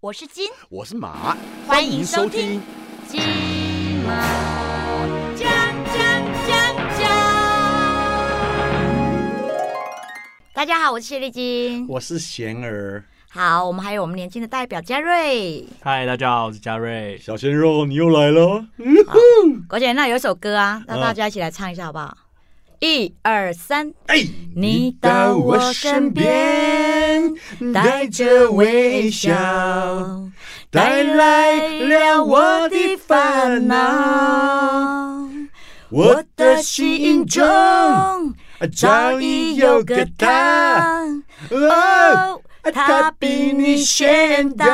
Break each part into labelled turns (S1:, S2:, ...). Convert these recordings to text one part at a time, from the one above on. S1: 我是金，
S2: 我是马，
S1: 欢迎收听金马讲讲讲讲。大家好，我是谢丽金。
S2: 我是贤儿，
S1: 好，我们还有我们年轻的代表嘉瑞。
S3: 嗨，大家好，我是嘉瑞。
S2: 小鲜肉，你又来了。
S1: 狗姐，那有一首歌啊，让大家一起来唱一下好不好？一二三，
S2: 哎，
S1: 你到我身边，带着微笑，带来了我的烦恼。我的心中早已有个他，哦，
S2: 啊
S1: 他比你先到。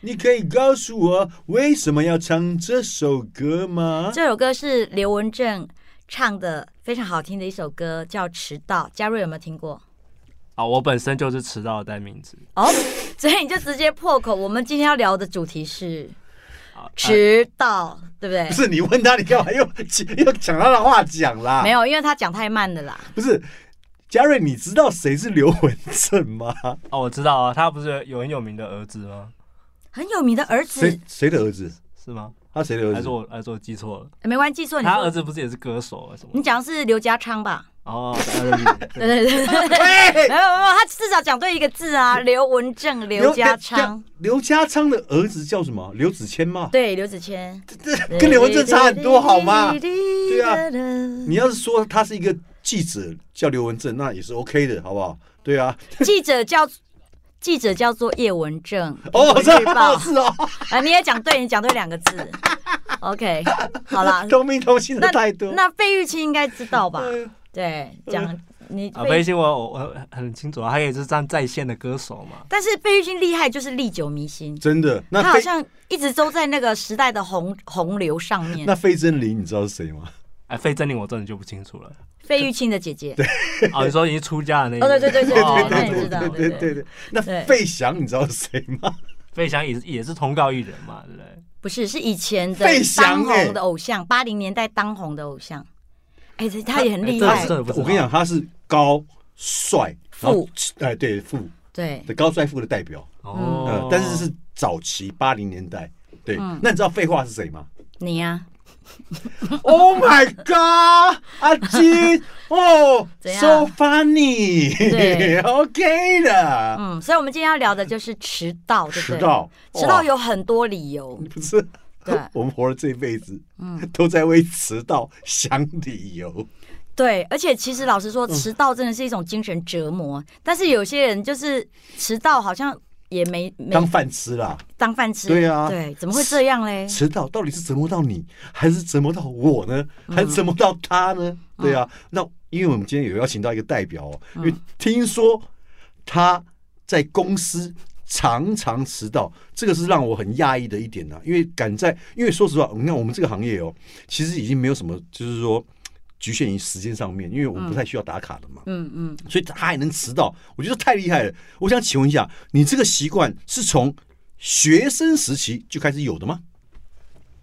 S2: 你可以告诉我为什么要唱这首歌吗？
S1: 这首歌是刘文正唱的，非常好听的一首歌，叫《迟到》。嘉瑞有没有听过？
S3: 啊，我本身就是迟到的代名词。
S1: 哦， 所以你就直接破口。我们今天要聊的主题是
S3: 啊，
S1: 迟到，对不对
S2: 不？是你问他，你干嘛又又抢他的话讲啦？
S1: 没有，因为他讲太慢了啦。
S2: 不是，嘉瑞，你知道谁是刘文正吗？
S3: 哦，我知道啊，他不是有很有名的儿子吗？
S1: 很有名的儿
S2: 谁
S1: 子，
S2: 谁的儿子？
S3: 是吗？
S2: 他谁的儿
S3: 还是
S2: 子？
S3: 我还是我记错了？
S1: 没关系，记错你
S3: 他儿
S1: 说
S3: 子不是也是歌手啊什么的？
S1: 你讲的是刘家昌吧？
S3: 哦，他儿子
S1: 对对对，对没有
S2: 哎
S1: 没有没有，他至少讲对一个字啊，刘文正、刘家
S2: 哎
S1: 昌，，
S2: 刘家昌的儿子叫什么？刘子谦吗？
S1: 对刘子谦，
S2: 这跟刘文正差很多，好吗？
S1: 对
S2: 啊，
S1: 你
S2: 你要是说他是一个记者叫刘文正，那也是 OK 的，好不好？对啊，
S1: 记者叫记者叫做叶文正，
S2: 哦，
S1: 苹果日报
S2: 这是哦，
S1: 啊，你也讲对，你讲对两个字，OK，好 啦。
S2: 同名同姓
S1: 嗯
S2: 的
S1: 那
S2: 太多。
S1: 那费玉清应该知道吧？
S2: 哎
S1: 对，讲你
S3: 啊，
S1: 费
S3: 飞信我我我很清楚啊，他也是站在线的歌手嘛。
S1: 但是费玉清厉害就是历久弥新，
S2: 真的，那
S1: 他好
S2: 费
S1: 像一直都在那个时代的洪洪流上面
S2: 那。费贞绫，你知道是谁吗？
S3: 哎，费正令我真的就不清楚了。
S1: 费玉清的姐姐，
S3: 哦，你说已经出嫁的那一
S1: 哦
S3: 位？
S1: 对对对对
S3: 哦
S1: 那
S3: 那
S1: 也
S3: 我
S1: 知道
S2: 对对
S1: 对
S2: 对对。那
S1: 对
S2: 费翔，你知道是谁吗？
S3: 费翔也是也是通告艺人嘛，对不对？
S1: 不是是以前的
S2: 费翔
S1: 当
S2: 欸
S1: 红的偶像，八零年代当红的偶像。哎，这他也很厉
S3: 对
S1: 害
S3: 这，真的不知道
S2: 我跟你讲，他是高帅
S1: 富，
S2: 然后哎，对富
S1: 对，
S2: 的高帅富的代表，呃
S3: 哦，，
S2: 但是是早期八零年代。对，
S1: 嗯
S2: 那你知道废话是谁吗
S1: 你啊呀，嗯
S2: ？Oh my god！阿金，哦
S1: 怎样
S2: ，so funny，
S1: 对
S2: ，OK 的，
S1: 嗯，所以我们今天要聊的就是迟到，对不
S2: 迟
S1: 对？
S2: 到，
S1: 迟到
S2: 哇
S1: 有很多理由，
S2: 不是
S1: 对？
S2: 我们活了这辈子，
S1: 嗯
S2: 都在为迟到想理由。
S1: 对，而且其实老实说，迟到真的是一种精神折磨。但是有些人就是迟到，好像也没没
S2: 当饭吃啦。
S1: 当饭吃，
S2: 对啊
S1: 对，怎么会这样嘞？
S2: 迟到到底是折磨到你，还是折磨到我呢？
S1: 嗯
S2: 还是折磨到他呢？对啊，那因为我们今天有邀请到一个代表哦，
S1: 嗯
S2: 因为听说他在公司常常迟到，这个是让我很讶异的一点呐、啊因为赶在，因为说实话，你看我们这个行业哦，其实已经没有什么，就是说。局限于时间上面，因为我们不太需要打卡的嘛，
S1: 嗯嗯，
S2: 所以他还能迟到，我觉得太厉害了。我想请问一下，你这个习惯是从学生时期就开始有的吗？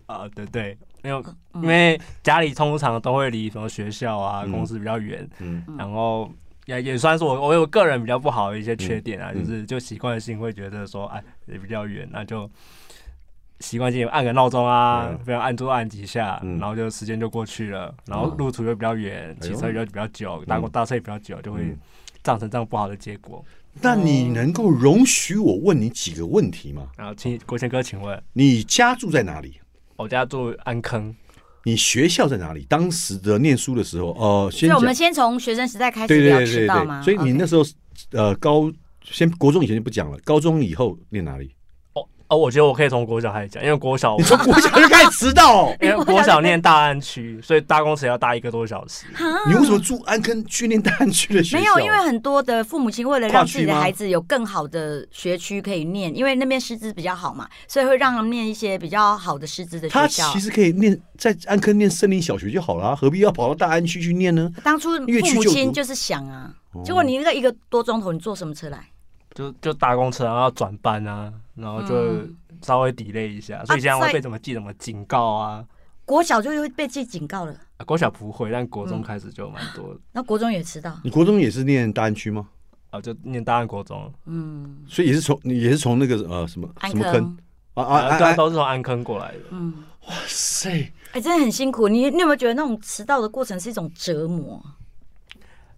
S3: 啊，对对，因为因
S1: 嗯
S3: 为家里通常都会离什么学校啊、
S2: 嗯
S3: 公司比较远，
S2: 嗯，
S3: 然后也也算是我我有个人比较不好的一些缺点啊，
S2: 嗯
S3: 就是就习惯性会觉得说，哎，也比较远，那就习惯性按个闹钟啊
S2: 嗯，
S3: 非常按多按几下，
S2: 嗯
S3: 然后就时间就过去了，然后
S2: 嗯哎
S3: 路途又比较远，骑车又比较久，搭公搭车也比较久，就会
S2: 嗯
S3: 造成这样不好的结果。
S2: 那你能够容许我问你几个问题吗？
S3: 然后，请国贤哥，请问
S2: 你家住在哪里？
S3: 我家住安坑，
S2: 你学校在哪里？当时的念书的时候，呃，
S1: 所
S2: 先
S1: 以我
S2: 讲
S1: 们先从学生时代开
S2: 对
S1: 始
S2: 对
S1: 聊
S2: 对
S1: 迟
S2: 对
S1: 到嗯吗？
S2: 对，所以你
S1: OK
S2: 那时候呃高先国中以前就不讲了，高中以后念哪里？
S3: 哦哦，我觉得我可以从国小开始讲，因为国小 我，
S2: 你从国小就开始迟 到哦
S3: 因为国小念大安区，所以搭公车要搭一个多小时。
S2: 你为什么住安坑去念大安区的学
S1: 嗯
S2: 校？
S1: 没有，因为很多的父母亲为了
S2: 跨
S1: 让
S2: 区
S1: 自己的
S2: 吗
S1: 孩子有更好的学区可以念，因为那边师资比较好嘛，所以会让他们念一些比较好的师资的
S2: 他
S1: 学校
S2: 其。实可以念在安坑念森林小学就好了啊，何必要跑到大安区去念呢？
S1: 当初
S2: 越
S1: 父
S2: 去
S1: 母
S2: 就
S1: 亲
S2: 读哦
S1: 就是想啊，结果你那个一个多钟头，你坐什么车来？
S3: 就就搭公车，然后要转班啊，然
S2: 哦
S3: 后就
S1: 嗯啊
S3: 稍微 delay 一下，所以经常
S1: 所
S3: 会
S1: 以
S3: 被怎么记什么警告啊。
S1: 国小就会被记警告了，嗯
S3: 啊国小不会，但国中开始就蛮多的。
S2: 哦
S1: 那国中也迟到。
S2: 你国中也是念大安区吗？
S3: 啊，就念大安国中，
S1: 嗯
S2: 所以也是从你也是从那个呃什么
S1: 安
S2: 什么坑
S1: 坑，
S2: 啊啊
S3: 啊，
S2: 啊
S3: 对啊，
S2: 啊！
S3: 都是从安坑过来的。
S1: 嗯，
S2: 哇塞，
S1: 哎、真的很辛苦。你你有没有觉得那种迟到的过程是一种折磨？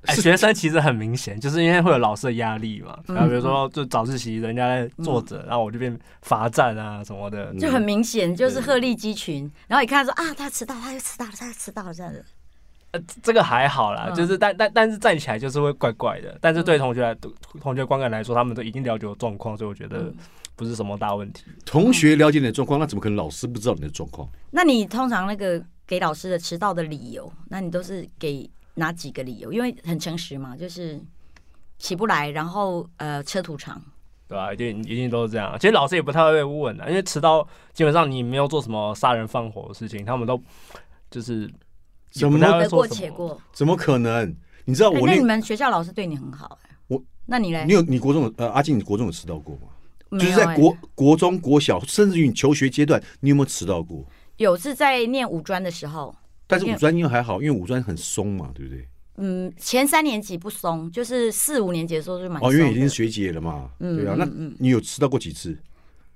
S3: 哎，学生其实很明显，就是因为会有老师的压力嘛。然
S1: 嗯
S3: 后比如说，就早自习人家在坐着，然后我就变罚站啊什么的。
S2: 嗯
S1: 就很明显，就是鹤立鸡群，然后你看到说啊，他迟到，他又迟到了，他又迟到了这样子。
S3: 呃，这个还好啦，
S1: 嗯
S3: 就是但但但是站起来就是会怪怪的。但是对同学来同学观感来说，他们都已经了解我状况，所以我觉
S1: 嗯
S3: 得不是什么大问题。
S2: 同学了解你的状况，那怎么可能老师不知道你的状况？
S1: 那你通常那个给老师的迟到的理由，那你都是给哪几个理由？因为很诚实嘛，就是起不来，然后呃车途长，
S3: 对吧、一定一定都是这样。啊其实老师也不太会问啊的，因为迟到基本上你没有做什么杀人放火的事情，他们都就是
S2: 怎么
S3: 也不太会
S1: 得
S3: 说
S1: 过
S3: 什么
S1: 且过。
S2: 怎么可能？你知道
S1: 哎
S2: 我
S1: 那
S2: 那
S1: 你们学校老师对你很好哎、
S2: 我
S1: 那你嘞哎
S2: 你？有你国中有呃阿静，你国中有迟到过吗？
S1: 就
S2: 就是在国国中、国小，甚至于你求学阶段，你有没有迟到过？
S1: 有是在念五专的时候，
S2: 但是
S1: 没
S2: 五
S1: 有
S2: 专因为还好，因为五专很松嘛，对不对？
S1: 嗯，前三年级不松，就是四五年级的时候就蛮松
S2: 哦，
S1: 的。
S2: 因为已经是学姐了嘛，
S1: 嗯
S2: 对啊。那
S1: 嗯
S2: 你有迟到过几次？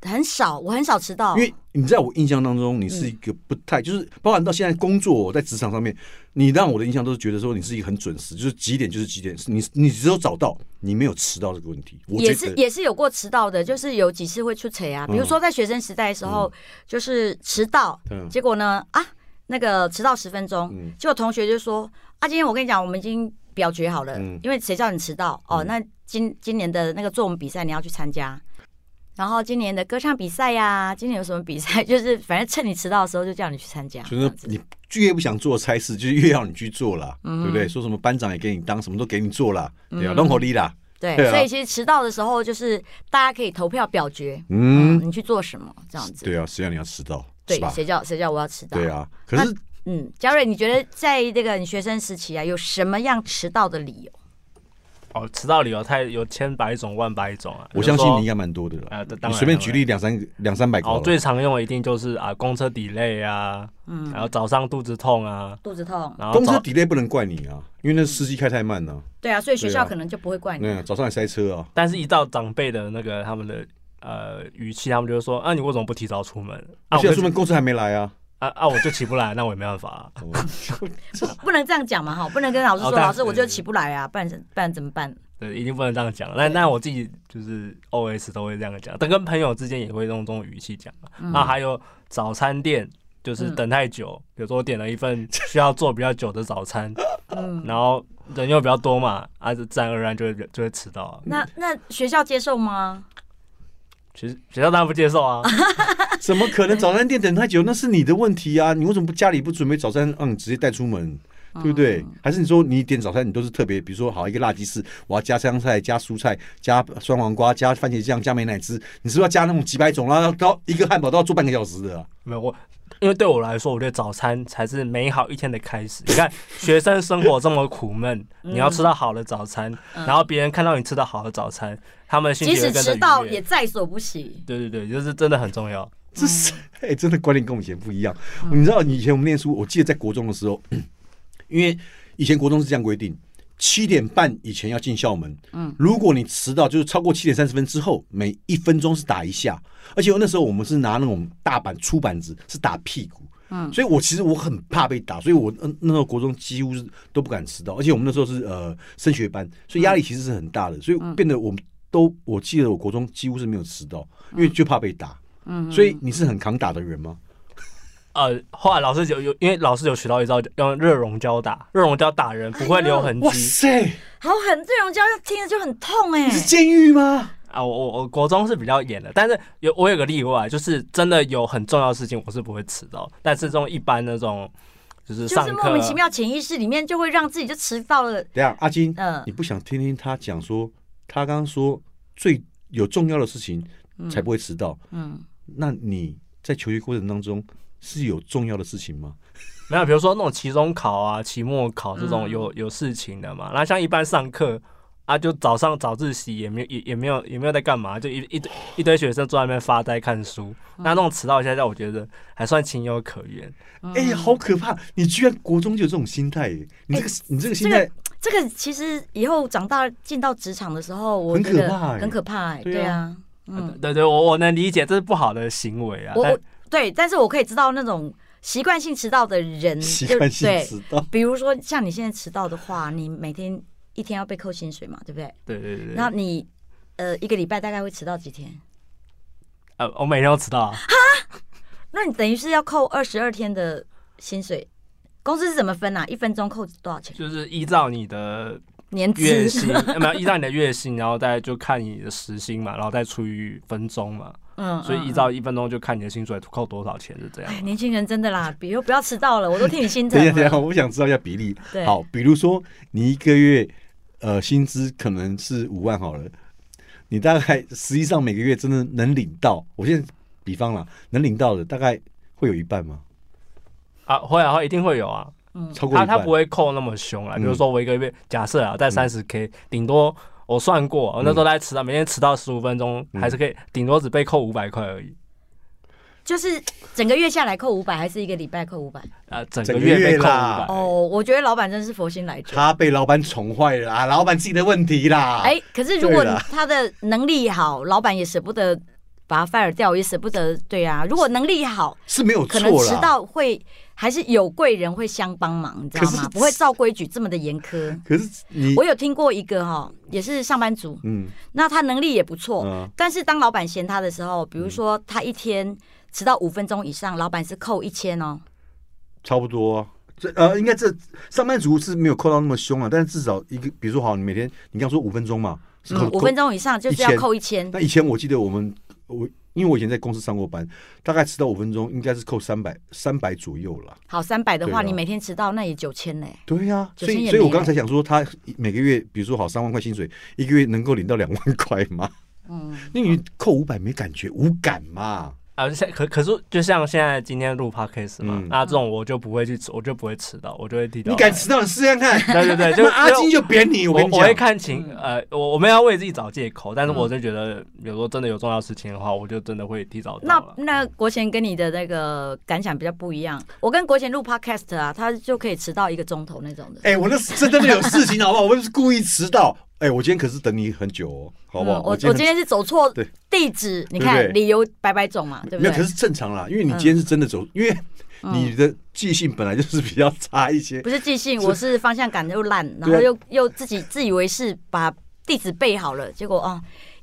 S1: 很少，我很少迟到，
S2: 因为你在我印象当中，你是一个不太，就是包含到现在工作在职场上面，你让我的印象都是觉得说你是一个很准时，就是几点就是几点，你你只有找到，你没有迟到这个问题。我觉
S1: 也是
S2: 得
S1: 也是有过迟到的，就是有几次会出贼啊，比如说在学生时代的时候，就是迟到，
S2: 嗯
S1: 结果呢啊，那个迟到十分钟，
S2: 嗯
S1: 结果同学就说啊，今天我跟你讲，我们已经表决好了，
S2: 嗯
S1: 因为谁叫你迟到哦，那今今年的那个作文比赛你要去参加。然后今年的歌唱比赛呀、今年有什么比赛？ 就是反正趁你迟到的时候就叫你去参加。
S2: 就是
S1: 这样子
S2: 你越不想做差事，就是越要你去做啦，对不对？说什么班长也给你当，什么都给你做啦，对啊，弄好力啦，
S1: 对，
S2: 对啊
S1: 所以其实迟到的时候就是大家可以投票表决，
S2: 嗯，
S1: 嗯，你去做什么这样子。
S2: 对啊，谁让你要迟到？是
S1: 对，
S2: 吧？
S1: 谁叫谁叫我要迟到？
S2: 对啊，可是
S1: 嗯，嘉瑞，你觉得在这个你学生时期啊，有什么样迟到的理由？
S3: 哦，迟到理由太有千百种万百种啊。
S2: 我相信你应
S3: 该
S2: 该蛮多的啦。
S3: 啊，当
S2: 你
S3: 然
S2: 随便
S3: 当
S2: 举
S3: 然
S2: 例两三两三百个好
S3: 哦
S2: 了，，
S3: 最常用的一定就是啊，公车 delay 啊，
S1: 嗯
S3: 然后早上肚子痛啊，
S1: 肚子痛，
S3: 然后
S2: 公车
S3: 早
S2: delay 不能怪你啊，因为那司机开太慢了，
S1: 对啊，所以学
S2: 对
S1: 校
S2: 啊
S1: 可能就不会怪你。
S2: 那早上还塞车啊。
S3: 但是依照长辈的那个他们的呃语气，他们就会说啊，你为什么不提早出门？
S2: 而
S3: 啊，我
S2: 且
S3: 就
S2: 说明公司还没来 啊。
S3: 啊啊，我就起不来，那我也没办法啊、
S1: 不不能这样讲嘛，哈，不能跟老师
S3: 哦
S1: 说，
S3: 当然
S1: 老师我就起不来啊，不然怎不然怎么办？
S2: 嗯
S3: 对，一定不能这样讲。那那我自己就是 O S 都会这样讲，但跟朋友之间也会用这种语气讲啊。那还有早餐店，就是
S1: 嗯
S3: 等太久，比如说我点了一份需要做比较久的早餐，
S1: 嗯，
S3: 然后人又比较多嘛，啊，就自然而然就会就会迟到啊。
S1: 那那学校接受吗？
S3: 其实学校当然不接 受啊，
S2: 怎么可能早餐店等太久？那是你的问题啊！你为什么不家里不准备早餐，让你直接带出门，对
S3: 哦
S1: 嗯
S2: 不对？还是你说你点早餐你都是特别，比如说好一个辣鸡翅，我要加香菜、加蔬菜、加酸黄瓜、加番茄酱、加美乃滋，你是不是要加那种几百种啦？到一个汉堡都要做半个小时的啊、
S3: 没有我，因为对我来说，我觉得早餐才是美好一天的开始。你看，学生生活这么苦闷，你
S1: 嗯
S3: 要吃到好的早餐，然后别人看到你吃到好的早餐，他们的心
S1: 即
S3: 情
S1: 使
S3: 会跟着
S1: 迟到
S3: 愉
S1: 也
S3: 悦。
S1: 在所不惜。
S3: 对对对，就是真的很重要。
S2: 这是 哎、真的观念跟我们以前不一样。你知道，以前我们念书，我记得在国中的时候，因为以前国中是这样规定，七点半以前要进校门。嗯，如果你迟到，就是超过七点三十分之后，每一分钟是打一下。而且那时候我们是拿那种大板粗板子，是打屁股。嗯，所以我其实我很怕被打，所以我嗯那时候国中几乎是都不敢迟到，而且我们那时候是呃升学班，所以压力其实是很大的，所以变得我们都我记得我国中几乎是没有迟到，因为就怕被打。所以你是很扛打的人吗？
S3: 呃，后来老师有有，因为老师有学到一招，用热熔胶打，热熔胶打人不会留痕
S2: 哇
S3: 迹、
S2: 塞，
S1: 好狠，这种教授听着就很痛哎
S2: 你。是监狱吗？
S3: 啊。我我我国中是比较严的，但是有我有个例外，就是真的有很重要的事情我是不会迟到，但是这种一般那种就是
S1: 就
S3: 上
S1: 是
S2: 啊
S3: 课啊
S1: 莫名其妙，潜意识里面就会让自己就迟到了。
S2: 等一下，阿金，
S1: 嗯
S2: 你不想听听他讲说，他刚刚说最有重要的事情才不会迟到。
S1: 嗯，
S2: 那你在求学过程当中是有重要的事情吗？
S3: 没有，比如说那种期中考啊、期末考这
S1: 嗯
S3: 种有、有事情的嘛。那像一般上课啊，就早上早自习也没有也也没有也没有在干嘛，就一一堆一堆学生坐在那边发呆看书。
S1: 嗯
S3: 那那种迟到一下下，我觉得还算情有可原。
S1: 嗯
S2: 哎哎呀，好可怕！你居然国中就有这种心态耶，你这个、你这个心态，
S1: 这个其实以后长大进到职场的时候，我
S2: 很
S1: 觉
S2: 可
S1: 得
S2: 怕欸
S1: 很可怕、欸，
S2: 对
S1: 对
S2: 啊
S1: 啊，嗯，
S3: 对对，我我能理解这是不好的行为啊。
S1: 我
S3: 但
S1: 我对，但是我可以知道那种习惯性迟到的人，
S2: 习
S1: 就
S2: 惯性
S1: 对，
S2: 迟到，
S1: 比如说像你现在迟到的话，你每天一天要被扣薪水嘛，对不对？
S3: 对对对
S1: 然后
S3: 对，
S1: 你呃一个礼拜大概会迟到几天？
S3: 呃，我每天都迟到啊。
S1: 那你等于是要扣二十二天的薪水。公司是怎么分啊？一分钟扣多少钱？
S3: 就是依照 你的
S1: 年
S3: 月
S1: 资？
S3: 薪，呃没有依照你的月薪，然后再就看你的时薪嘛，然后再除以分钟嘛，
S1: 嗯
S3: 所以依
S1: 嗯
S3: 照一分钟就看你的薪水扣多少钱，是这样
S1: 哎，。年轻人真的啦，比如不要迟到了，我都替你心 疼
S2: 等一下，等一下，
S1: 了。
S2: 我想知道一下比例。
S1: 对，
S2: 好，比如说你一个月呃薪资可能是五万好了，你大概实际上每个月真的能领到，我现在比方啦，能领到的大概会有一半吗？
S3: 啊，会啊，会一定会有啊。
S2: 超过
S3: 他
S2: 一
S3: 他
S2: 半
S3: 不？会扣那么凶啦，
S2: 嗯
S3: 比如说我一个月假设啊，在三十 K，顶多我算过，我那时候大概迟到，每天迟到十五分钟，
S2: 嗯
S3: 还是可以，顶多只被扣五百块而已。
S1: 就是整个月下来扣五百，还是一个礼拜扣五百？
S3: 啊，整
S2: 整
S3: 个
S2: 个
S3: 月被
S2: 月
S3: 扣五
S2: 啦
S3: 百。
S1: 哦，我觉得老板真是佛心来着。
S2: 他被老板宠坏了啊，老板自己的问题啦。
S1: 哎、可是如果
S2: 对
S1: 你
S2: 啦
S1: 他的能力好，老板也舍不得把他 fire 掉，也舍不得。对啊，如果能力好，
S2: 是没有
S1: 可能
S2: 错
S1: 迟
S2: 啦。
S1: 到会还是有贵人会相帮忙，你知道
S2: 可
S1: 吗
S2: 是？
S1: 不会照规矩这么的严苛。
S2: 可是你
S1: 我有听过一个哈，也是上班族，
S2: 嗯
S1: 那他能力也不错，
S2: 嗯
S1: 但是当老板嫌他的时候，比如说他一天迟到五分钟以上，老板是扣一千哦。
S2: 差不多。这呃，应该这上班族是没有扣到那么凶啊，但是至少一个，比如说好，你每天你刚说五分钟嘛，是扣
S1: 嗯，五分钟以上就是要
S2: 1000
S1: 扣一千。
S2: 那以前我记得我们我因为我以前在公司上过班，大概迟到五分钟应该是扣三百三百左右啦。
S1: 好，三百的话，
S2: 对啊
S1: 你每天迟到那也九千嘞。
S2: 对呀、
S1: 九
S2: 所
S1: 千
S2: 以
S1: 也
S2: 所以我
S1: 没有
S2: 刚才想说，他每个月比如说好三万块薪水，一个月能够领到两万块吗？啊
S1: 嗯，
S2: 因为你扣五百没感觉，无感嘛。
S3: 啊，像可可是就像现在今天录 podcast 嘛
S2: 嗯，
S3: 那这种我就不会去，我就不会迟到，我就会提早。
S2: 你敢迟到，你试试看 看。
S3: 对对对，就
S2: 那阿金
S3: 就
S2: 啊就扁你，我
S3: 我
S2: 跟你
S3: 我会
S2: 讲。嗯
S3: 看
S1: 嗯
S3: 情，呃，我我们要为自己找借口，但是我就觉得，有时候真的有重要事情的话，我就真的会提早到
S1: 那
S3: 了。
S1: 那国贤跟你的那个感想比较不一样。我跟国贤录 podcast 啊，他就可以迟到一个钟头那种的。
S2: 哎、我那是真的有事情，好不好？我不是故意迟到。哎、我今天可是等你很久哦，好不好？
S1: 嗯我我
S2: 今
S1: 今
S2: 天
S1: 天是走错
S2: 对
S1: 地址，你
S2: 对不
S1: 看
S2: 对
S1: 理由百百种嘛，对嗯不
S2: 没有，可
S1: 对？
S2: 是正常啦，因为你今天是真的走，因为你的记性本来就是比较差一些
S1: 不，是记性，
S2: 是
S1: 我是方向感又烂，然
S2: 对
S1: 后
S2: 啊
S1: 又又自己自以为是，把地址背好了，结果哦，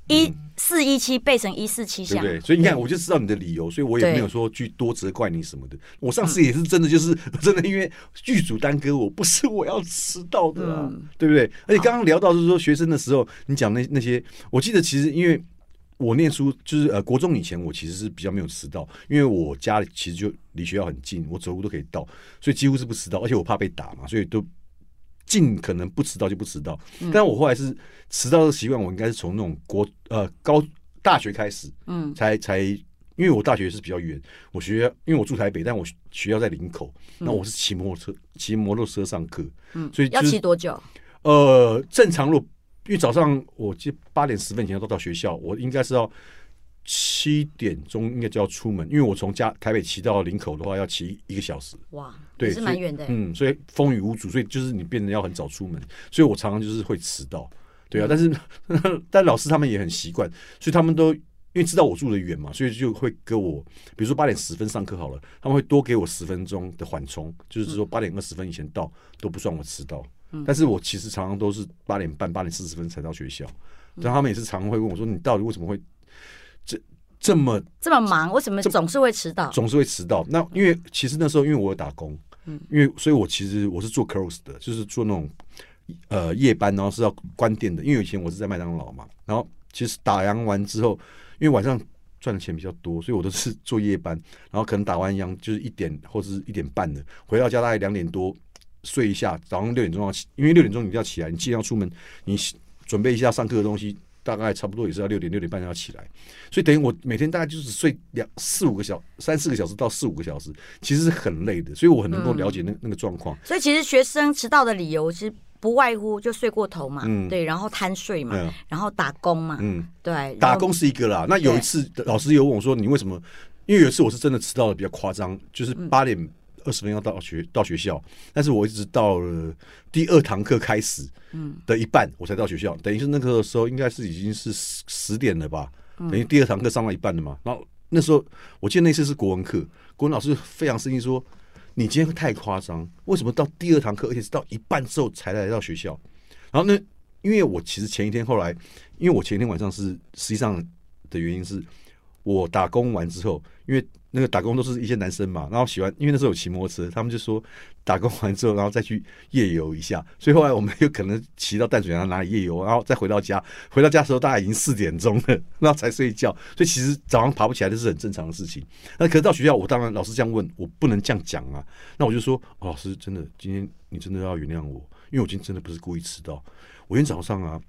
S1: 一四一七背成一四七
S2: 对
S1: 巷
S2: 不，嗯对？所以你看，我就知道你的理由，所以我也
S1: 对
S2: 没有说去多责怪你什么的。我上次也是真的，就是 真的因为剧组耽搁我，不是我要迟到的啊，
S1: 嗯
S2: 对不对？而且刚刚聊到就是说学生的时候，你讲那那些，我记得其实因为。我念书就是呃，国中以前我其实是比较没有迟到，因为我家里其实就离学校很近，我走路都可以到，所以几乎是不迟到，而且我怕被打嘛，所以都尽可能不迟到就不迟到。
S1: 嗯
S2: 但我后来是迟到的习惯，我应该是从那种国呃高大学开始，
S1: 嗯
S2: 才才，因为我大学是比较远，我学校因为我住台北，但我学学校在林口，那我是骑摩托车骑摩托车上课，
S1: 嗯
S2: 所以
S1: 要
S2: 就
S1: 骑
S2: 是
S1: 多久？
S2: 呃正常路，因为早上我记八点十分以前要到到学校，我应该是要七点钟应该就要出门，因为我从家台北骑到林口的话要骑一个小时，
S1: 哇，
S2: 对
S1: 也是蛮远的欸。
S2: 嗯，所以风雨无阻，所以就是你变得要很早出门，所以我常常就是会迟到，对啊，但是 但老师他们也很习惯，所以他们都因为知道我住的远嘛，所以就会给我，比如说八点十分上课好了，他们会多给我十分钟的缓冲，就是说八点二十分以前到都不算我迟到，但是我其实常常都是八点半、八点四十分才到学校，但他们也是常常会问我说你到底为什么会这这么
S1: 这么忙，为什么
S2: 这
S1: 总是会迟到？
S2: 总是会迟到。那因为其实那时候因为我有打工，因为所以我其实我是做 close 的，就是做那种呃夜班，然后是要关店的。因为以前我是在麦当劳嘛，然后其实打烊完之后，因为晚上赚的钱比较多，所以我都是做夜班，然后可能打完烊就是一点或是一点半的，回到家大概两点多睡一下，早上六点钟要起，因为六点钟你一定要起来，你既然要出门，你准备一下上课的东西。大概差不多也是要六点六点半要起来，所以等于我每天大概就只睡两四五个小三四个小时到四五个小时，其实是很累的，所以我很能够了解那、那个状况。
S1: 所以其实学生迟到的理由是不外乎就睡过头嘛，
S2: 嗯
S1: 对，然后贪睡嘛，
S2: 嗯
S1: 然后打工嘛，
S2: 嗯，
S1: 对，然后
S2: 打工是一个啦。那有
S1: 对嗯
S2: 一次老师有问我说：“你为什么？”因为有一次我是真的迟到的比较夸张，就是八点、二十分要到学到学校，但是我一直到了第二堂课开始
S1: 嗯
S2: 的一半，我才到学校，等于是那个时候应该是已经是十十点了吧，
S1: 嗯
S2: 等于第二堂课上到一半了嘛。然后那时候我记得那次是国文课，国文老师非常生气说：“你今天太夸张，为什么到第二堂课，而且是到一半之后才来到学校？”然后那因为我其实前一天后来，因为我前一天晚上是实际上的原因是我打工完之后，因为那个打工都是一些男生嘛，然后喜欢，因为那时候有骑摩托车，他们就说打工完之后，然后再去夜游一下，所以后来我们有可能骑到淡水河哪里夜游，然后再回到家， 回到家的时候大概已经四点钟了， 然后才睡觉，所以其实早上爬不起来这是很正常的事情。那可是到学校，我当然老师这样问，我不能这样讲啊，那我就说，哦、老师真的，今天你真的要原谅我，因为我今天真的不是故意迟到，我今天早上啊。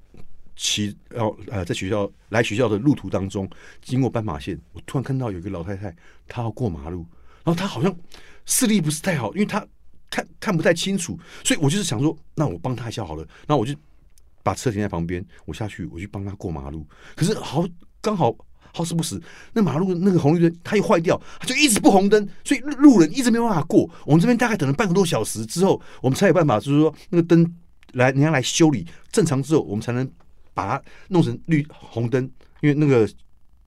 S2: 骑，然后呃，在学校来学校的路途当中，经过斑马线，我突然看到有一个老太太，她要过马路，然后她好像视力不是太好，因为她看看不太清楚，所以我就是想说，那我帮她一下好了，然后我就把车停在旁边，我下去，我去帮她过马路，可是好刚好。好死不死，那马路那个红绿灯它又坏掉，它就一直不红灯，所以路路人一直没有办法过。我们这边大概等了半个多小时之后，我们才有办法，就是说那个灯来人家来修理正常之后，我们才能把它弄成绿红灯，因为那个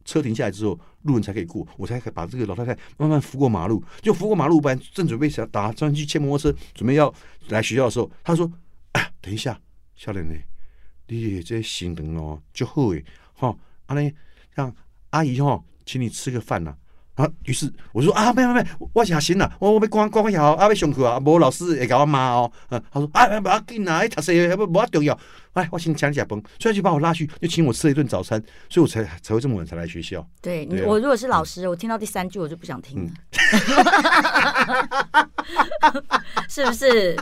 S2: 车停下来之后，路人才可以过，我才可以把这个老太太慢慢扶过马路。就扶过马路班，正准备想打算去牵摩托车，准备要来学校的时候，他说：“啊，等一下，少年呢，你的这行程哦，就好诶，吼、安尼让阿姨吼、请你吃个饭呐、啊。”于是我说啊，没没没，我是学生啦，我我要赶赶快哦，啊要上课啊，无老师会甲我骂哦。嗯，他说啊，啊不要紧啦，迄读册还不无重要。哎，我请你请你吃饭，所以他就把我拉去，就请我吃了一顿早餐，所以我才才会这么晚才来学校。
S1: 对你
S2: 对啊
S1: 我如果是老师，我听到第三句我就不想听了，
S2: 嗯
S1: 是不是？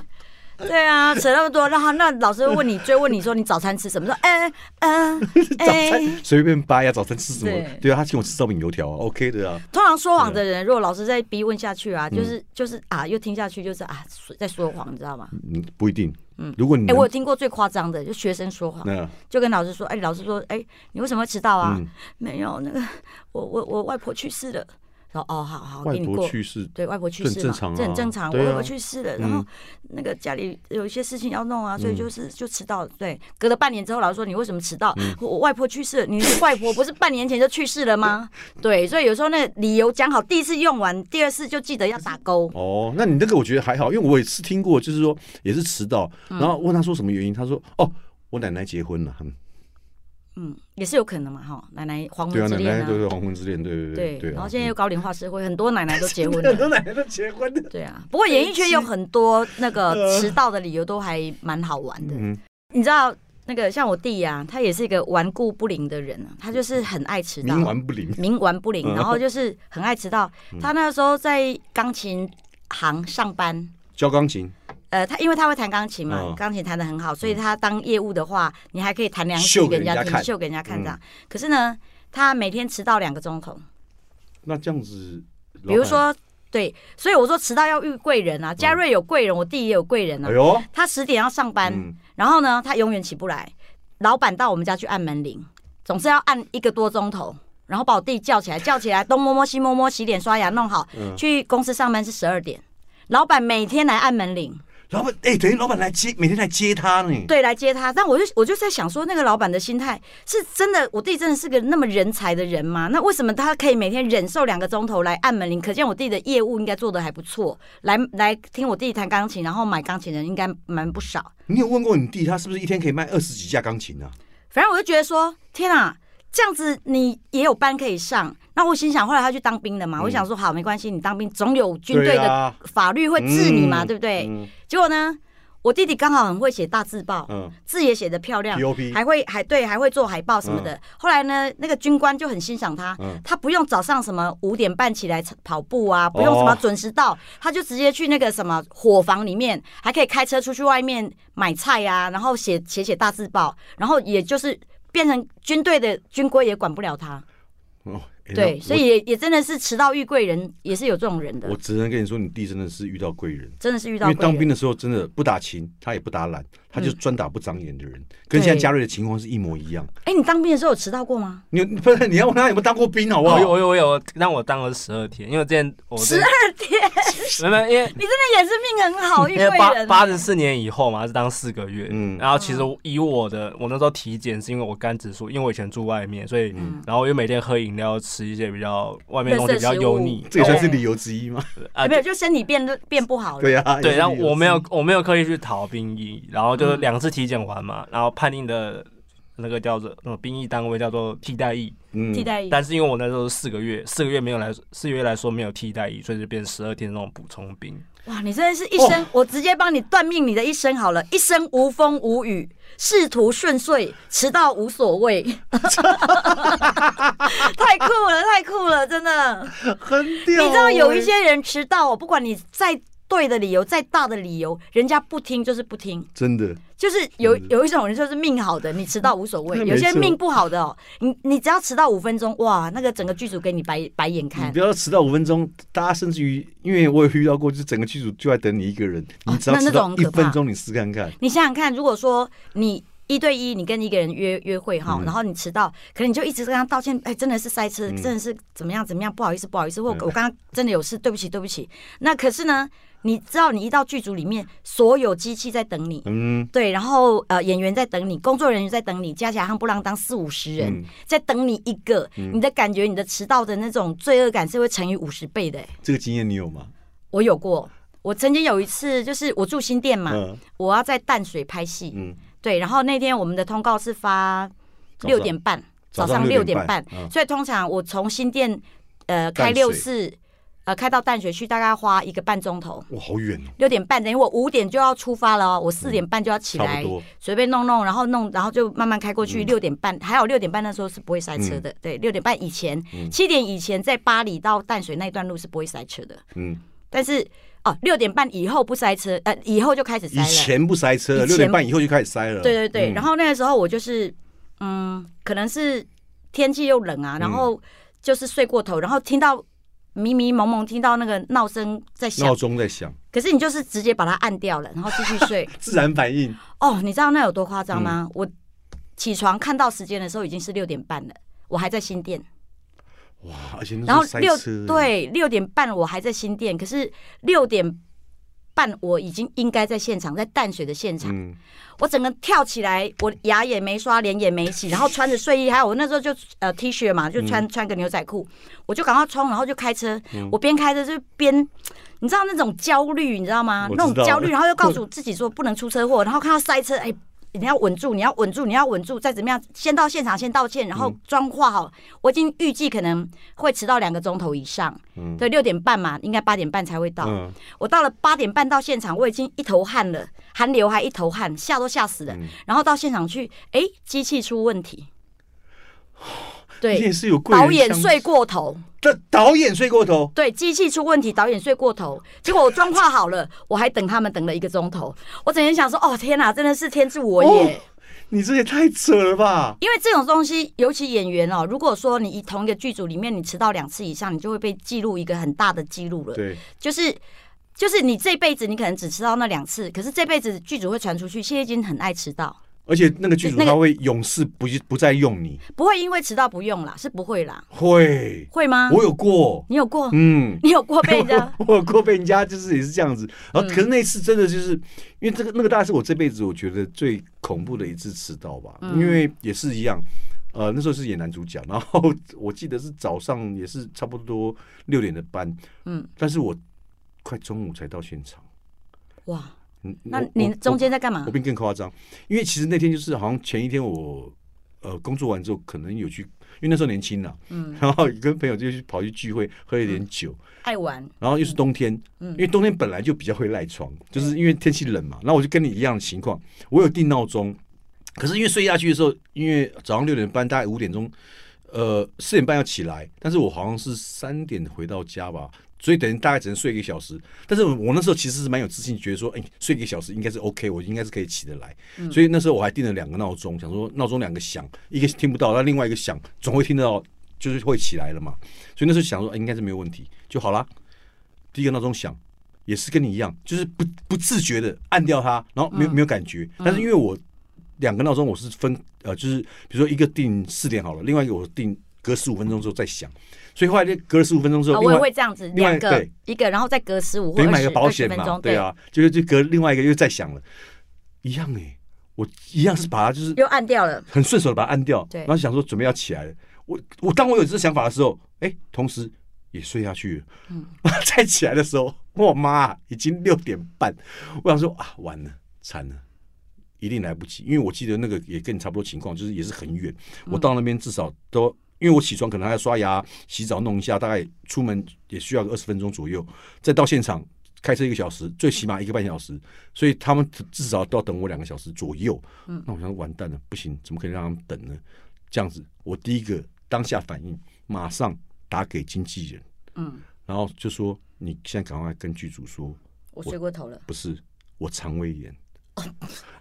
S1: 对啊，扯那么多，然后那老师会问你，追问你说你早餐吃什么？说哎嗯
S2: 早餐
S1: 哎，
S2: 随便掰呀、早餐吃什么？
S1: 对
S2: 对啊，他请我吃烧饼油条啊，OK 的啊。
S1: 通常说谎的人，如果老师再逼问下去啊，就是就是啊，又听下去就是啊，在说谎，你知道吗？
S2: 嗯，不一定。如果你
S1: 哎，
S2: 能
S1: 我有听过最夸张的，就学生说谎，
S2: 那
S1: 就跟老师说，哎，老师说，哎，你为什么会迟到啊
S2: 嗯？
S1: 没有，那个 我我我外婆去世了。然后哦，好好，
S2: 外
S1: 给你
S2: 婆
S1: 过。
S2: 去世，
S1: 对外婆去
S2: 这很
S1: 世
S2: 正
S1: 嘛，
S2: 常
S1: 这很
S2: 啊
S1: 正常。我
S2: 对
S1: 外
S2: 啊
S1: 婆去世了，然后
S2: 嗯
S1: 那个家里有一些事情要弄啊，所以就是就迟到了。对，隔了半年之后，老师说你为什么迟到？
S2: 嗯
S1: 我我外婆去世了，你是外婆不是半年前就去世了 吗？对，所以有时候那理由讲好，第一次用完，第二次就记得要打勾。
S2: 哦，那你那个我觉得还好，因为我也是听过，就是说也是迟到，
S1: 嗯
S2: 然后问他说什么原因，他说哦，我奶奶结婚了，嗯
S1: 嗯，也是有可能嘛，哈，奶奶黄
S2: 对啊，
S1: 昏之
S2: 奶
S1: 恋
S2: 奶
S1: 啊，
S2: 对对黄昏之恋，对对
S1: 对
S2: 对，啊嗯
S1: 然后现在
S2: 又
S1: 又高龄化社会，很多奶奶都结婚
S2: 很多
S1: 了。
S2: 奶奶都结婚了，
S1: 对啊，不过演艺圈有很多那个迟到的理由都还蛮好玩的。
S2: 呃嗯，
S1: 你知道那个像我弟呀、他也是一个顽固不灵的人啊，他就是很爱迟到，
S2: 冥顽不灵，
S1: 冥顽不灵，
S2: 嗯
S1: 然后就是很爱迟 到。他那时候在钢琴行上班。
S2: 教钢琴，
S1: 呃，他因为他会弹钢琴嘛
S2: 嗯，
S1: 钢、琴弹得很好，所以他当业务的话，你还可以弹两
S2: 秀
S1: 曲给
S2: 给
S1: 人家
S2: 人家
S1: 听，
S2: 看嗯
S1: 秀给人家看这样。可是呢，他每天迟到两个钟头，
S2: 那这样子，
S1: 比如，说，对，所以我说迟到要遇贵人啊，嘉瑞有贵人，我弟也有贵人啊
S2: 哎。呦，
S1: 他十点要上班，
S2: 嗯
S1: 然后呢，他永远起不来。老板到我们家去按门铃，总是要按一个多钟头，然后把我弟叫起来，叫起来东摸摸西摸摸，洗脸刷牙弄好，
S2: 嗯
S1: 去公司上班是十二点。老板每天来按门铃，
S2: 老板，哎，等于老板来接，每天来接他呢，
S1: 对，来接他。但我就我就在想说，那个老板的心态是真的，我弟真的是个那么人才的人吗？那为什么他可以每天忍受两个钟头来按门铃？可见我弟的业务应该做得还不错，来来听我弟弹钢琴，然后买钢琴的人应该蛮不少。
S2: 你有问过你弟他是不是一天可以卖二十几架钢琴啊？
S1: 反正我就觉得说，天啊，这样子你也有班可以上。那我心想，后来他去当兵了嘛，我想说好，没关系，你当兵总有军队
S2: 嗯对
S1: 的
S2: 啊，
S1: 法律会治你嘛，
S2: 嗯
S1: 对不对？
S2: 嗯
S1: 结果呢，我弟弟刚好很会写大字报，
S2: 嗯
S1: 字也写得漂亮。
S2: ，POP
S1: 还会还对，还会做海报什么的。后来呢，那个军官就很欣赏他，
S2: 嗯
S1: 他不用早上什么五点半起来跑步啊，不用什么
S2: 哦
S1: 准时到，他就直接去那个什么伙房里面，还可以开车出去外面买菜啊，然后写写写大字报，然后也就是变成军队的军规也管不了他。
S2: 哦，哎、
S1: 对，
S2: 我
S1: 所以也也真的是迟到遇贵人，也是有这种人的
S2: 我，只能跟你说，你弟真的是遇到贵人。
S1: 真的是遇
S2: 因
S1: 到
S2: 为
S1: 贵
S2: 当兵
S1: 人。
S2: 的时候真的不打勤，他也不打懒，他就
S1: 嗯
S2: 专打不长眼的人，跟现在
S1: 对
S2: 嘉瑞的情况是一模一样。
S1: 哎，你当兵的时候有迟到过吗？
S2: 你不是你要问他有没 有当过兵啊好不
S3: 我有
S2: 好？
S3: 我有我有让我当了十二天，因为之前我
S1: 十
S3: 之前
S1: 二 天，
S3: 没有没有因为
S1: 你真的也是命很 好，遇
S3: 因为
S1: 贵
S3: 八
S1: 人。
S3: 八十四年以后嘛，是当四个月。
S2: 嗯
S3: 然后其实以我的，我那时候体检是因为我肝指数，因为我以前住外面，所以、然后我又每天喝饮料，吃一些比较外面的东西比较油腻
S1: 垃圾食物，
S2: 这也算是理由之一吗？
S3: 啊
S1: 没有，就身体变变不好了。
S2: 对啊呀，也
S3: 对，
S2: 是
S3: 然后
S2: 理由
S3: 我
S2: 之
S3: 没有
S2: 一
S3: 我没有刻意去逃兵役，然后
S1: 嗯
S3: 就是两次体检完嘛，然后判定的那个叫做那种兵役单位叫做替代役，
S2: 嗯
S1: 替代役。
S3: 但是因为我那时候是四个月，四个月没有来四个月来说没有替代役，所以就变十二天那种补充兵。
S1: 哇，你真的是一生，我直接帮你断命你的一生好了，一生无风无雨，仕途顺遂，迟到无所谓，太酷了，太酷了，真的。
S2: 很屌欸。
S1: 你知道有一些人迟到哦，不管你再对的理由，再大的理由，人家不听就是不听。
S2: 真的，
S1: 就是有
S2: 嗯
S1: 有一种人就是命好的，你迟到无所谓；
S2: 那没
S1: 有些
S2: 错
S1: 命不好的哦，你你只要迟到五分钟，哇，那个整个剧组给你白白眼
S2: 你
S1: 看
S2: 不。要迟到五分钟，大家甚至于，因为我有遇到过，就是整个剧组就在等你一个人，你只要
S1: 啊那那
S2: 迟
S1: 种
S2: 到
S1: 很
S2: 一
S1: 可怕
S2: 分钟，你试看看。
S1: 你想想看，如果说你一对一，你跟一个人约约会哈，
S2: 嗯
S1: 然后你迟到，可能你就一直跟他道歉，哎，真的是塞车，
S2: 嗯
S1: 真的是怎么样怎么样，不好意思不好意思，或
S2: 嗯
S1: 我刚刚真的有事，对不起对不起。那可是呢，你知道你一到剧组里面，所有机器在等你。
S2: 嗯，
S1: 对，然后呃，演员在等你，工作人员在等你，加起来夯不啷当四五十人、
S2: 嗯
S1: 在等你一个，
S2: 嗯
S1: 你的感觉，你的迟到的那种罪恶感是会乘以五十倍的欸。
S2: 这个经验你有吗？
S1: 我有过，我曾经有一次，就是我住新店嘛，
S2: 嗯
S1: 我要在淡水拍戏，
S2: 嗯，
S1: 对，然后那天我们的通告是发
S2: 早上
S1: 六点半，
S2: 早上
S1: 六
S2: 6:30
S1: 半，
S2: 嗯
S1: 所以通常我从新店呃开
S2: 淡水
S1: 六四呃开到淡水去，大概花一个半钟头。
S2: 哇，好远哦，
S1: 六点半，等于我五点就要出发了哦，我四点半就要起
S2: 嗯差
S1: 来
S2: 不，多。
S1: 随便弄弄，然后弄，然后就慢慢开过去。
S2: 嗯
S1: 六点半，还好六点半那时候是不会塞车的，对，六点半以前，
S2: 嗯
S1: 七点以前在巴黎到淡水那段路是不会塞车的。
S2: 嗯，
S1: 但是哦，六点半以后不塞车，呃，以后就开始塞
S2: 以
S1: 了。
S2: 前不塞车，
S1: 以前
S2: 六点半以后就开始塞了。
S1: 对对对，
S2: 嗯
S1: 然后那个时候我就是，嗯，可能是天气又冷
S2: 嗯
S1: 啊，然后就是睡过头，然后听到迷迷蒙蒙听到那个闹声在响
S2: 闹，钟在响，
S1: 可是你就是直接把它按掉了，然后继续睡。
S2: 自然反应。
S1: 哦，你知道那有多夸张吗？
S2: 嗯
S1: 我起床看到时间的时候已经是六点半了，我还在新店。
S2: 哇，而且那时
S1: 然后
S2: 候塞
S1: 六
S2: 车，，
S1: 对六点半我还在新店，可是六点半我已经应该在现场，在淡水的现场。
S2: 嗯，
S1: 我整个跳起来，我牙也没刷，脸也没洗，然后穿着睡衣，还有我那时候就呃 T 恤嘛，就
S2: 嗯
S1: 穿、穿个牛仔裤，我就赶快冲，然后就开车。我边开着就边，你知道那种焦虑，你知道吗？
S2: 我知
S1: 那
S2: 道
S1: 种焦虑，然后又 告诉自己说不能出车祸，然后看到塞车，哎。你要稳住，你要稳住，你要稳住，再怎么样，先到现场，先道歉，然后
S2: 嗯
S1: 妆化好。我已经预计可能会迟到两个钟头以上，
S2: 嗯
S1: 对，六点半嘛，应该八点半才会到。
S2: 嗯，
S1: 我到了八点半到现场，我已经一头汗了，汗流还一头汗，吓都吓死了。
S2: 嗯
S1: 然后到现场去，哎，机器出问题，
S2: 你也
S1: 对，
S2: 是有贵人
S1: 导演
S2: 相
S1: 睡，过头，
S2: 这导演睡过头，
S1: 对，机器出问题，导演睡过头。结果我妆化好了，我还等他们等了一个钟头，我整天想说，哦天哪，真的是天助我也。
S2: 哦你这也太扯了吧？
S1: 因为这种东西，尤其演员哦，如果说你一同一个剧组里面你迟到两次以上，你就会被记录一个很大的记录了。
S2: 对，
S1: 就是就是你这辈子你可能只迟到那两次，可是这辈子剧组会传出去，谢金很爱迟到，
S2: 而且那个剧组
S1: 那个
S2: 他会永世不不再用你，
S1: 不会因为迟到不用啦，是不会啦，
S2: 会，
S1: 会吗？
S2: 我有过，
S1: 你有过，
S2: 嗯。
S1: 你有过被的
S2: 我有过被人家就是也是这样子，然
S1: 嗯
S2: 后可是那次真的就是，因为这个那个大概是我这辈子我觉得最恐怖的一次迟到吧，
S1: 嗯
S2: 因为也是一样，呃，那时候是演男主角，然后 我记得是早上也是差不多六点的班，
S1: 嗯
S2: 嗯，但是我快中午才到现场，
S1: 哇？
S2: 嗯，
S1: 那
S2: 我
S1: 你
S2: 我
S1: 中间在干嘛
S2: 我？比你更夸张，因为其实那天就是好像前一天我呃工作完之后，可能有去，因为那时候年轻啦，嗯，然后跟朋友就去跑去聚会，喝了一点酒，
S1: 爱玩，
S2: 然后又是冬天，
S1: 嗯
S2: 因为冬天本来就比较会赖床，就是因为天气冷嘛。然后我就跟你一样的情况，我有定闹钟，可是因为睡下去的时候，因为早上六点半大概五点钟，呃四点半要起来，但是我好像是三点回到家吧，所以等于大概只能睡一个小时。但是我那时候其实是蛮有自信，觉得说，哎、睡一个小时应该是 OK，我应该是可以起得来。
S1: 嗯
S2: 所以那时候我还定了两个闹钟，想说闹钟两个响，一个听不到，那另外一个响总会听得到就是会起来了嘛。所以那时候想说，哎应该是没有问题就好啦。第一个闹钟响，也是跟你一样，就是不不自觉的按掉它，然后
S1: 嗯
S2: 没有、没有感觉。但是因为我两个闹钟我是分呃，就是比如说一个定四点好了，另外一个我定隔十五分钟之后再响，所以后来就隔了十五分钟之
S1: 啊，
S2: 后，
S1: 我
S2: 另
S1: 也
S2: 外
S1: 会这样子，
S2: 另外
S1: 两个
S2: 对
S1: 一个，然后再隔十五或
S2: 等于
S1: 二
S2: 买个
S1: 十
S2: 保
S1: 二十
S2: 险
S1: 分
S2: 嘛，
S1: 钟，
S2: 对，啊，就是就隔另外一个又再响了，一样哎、我一样是把它就是
S1: 又按掉了，
S2: 很顺手的把它按掉，
S1: 对
S2: 然后想说准备要起来了。我我当我有这想法的时候，哎、同时也睡下去了。
S1: 嗯
S2: 再起来的时候，我妈啊已经六点半，我想说啊，完了，惨了。一定来不及，因为我记得那个也跟你差不多情况，就是也是很远，
S1: 嗯
S2: 我到那边至少都，因为我起床可能还要刷牙、洗澡弄一下，大概出门也需要个二十分钟左右，再到现场开车一个小时，最起码一个半小时，所以他们至少都要等我两个小时左右。
S1: 嗯
S2: 那我想说完蛋了，不行，怎么可以让他们等呢？这样子，我第一个当下反应，马上打给经纪人，
S1: 嗯，
S2: 然后就说你现在赶快跟剧组说，
S1: 我睡过头了，
S2: 不是我肠胃炎，
S1: 哦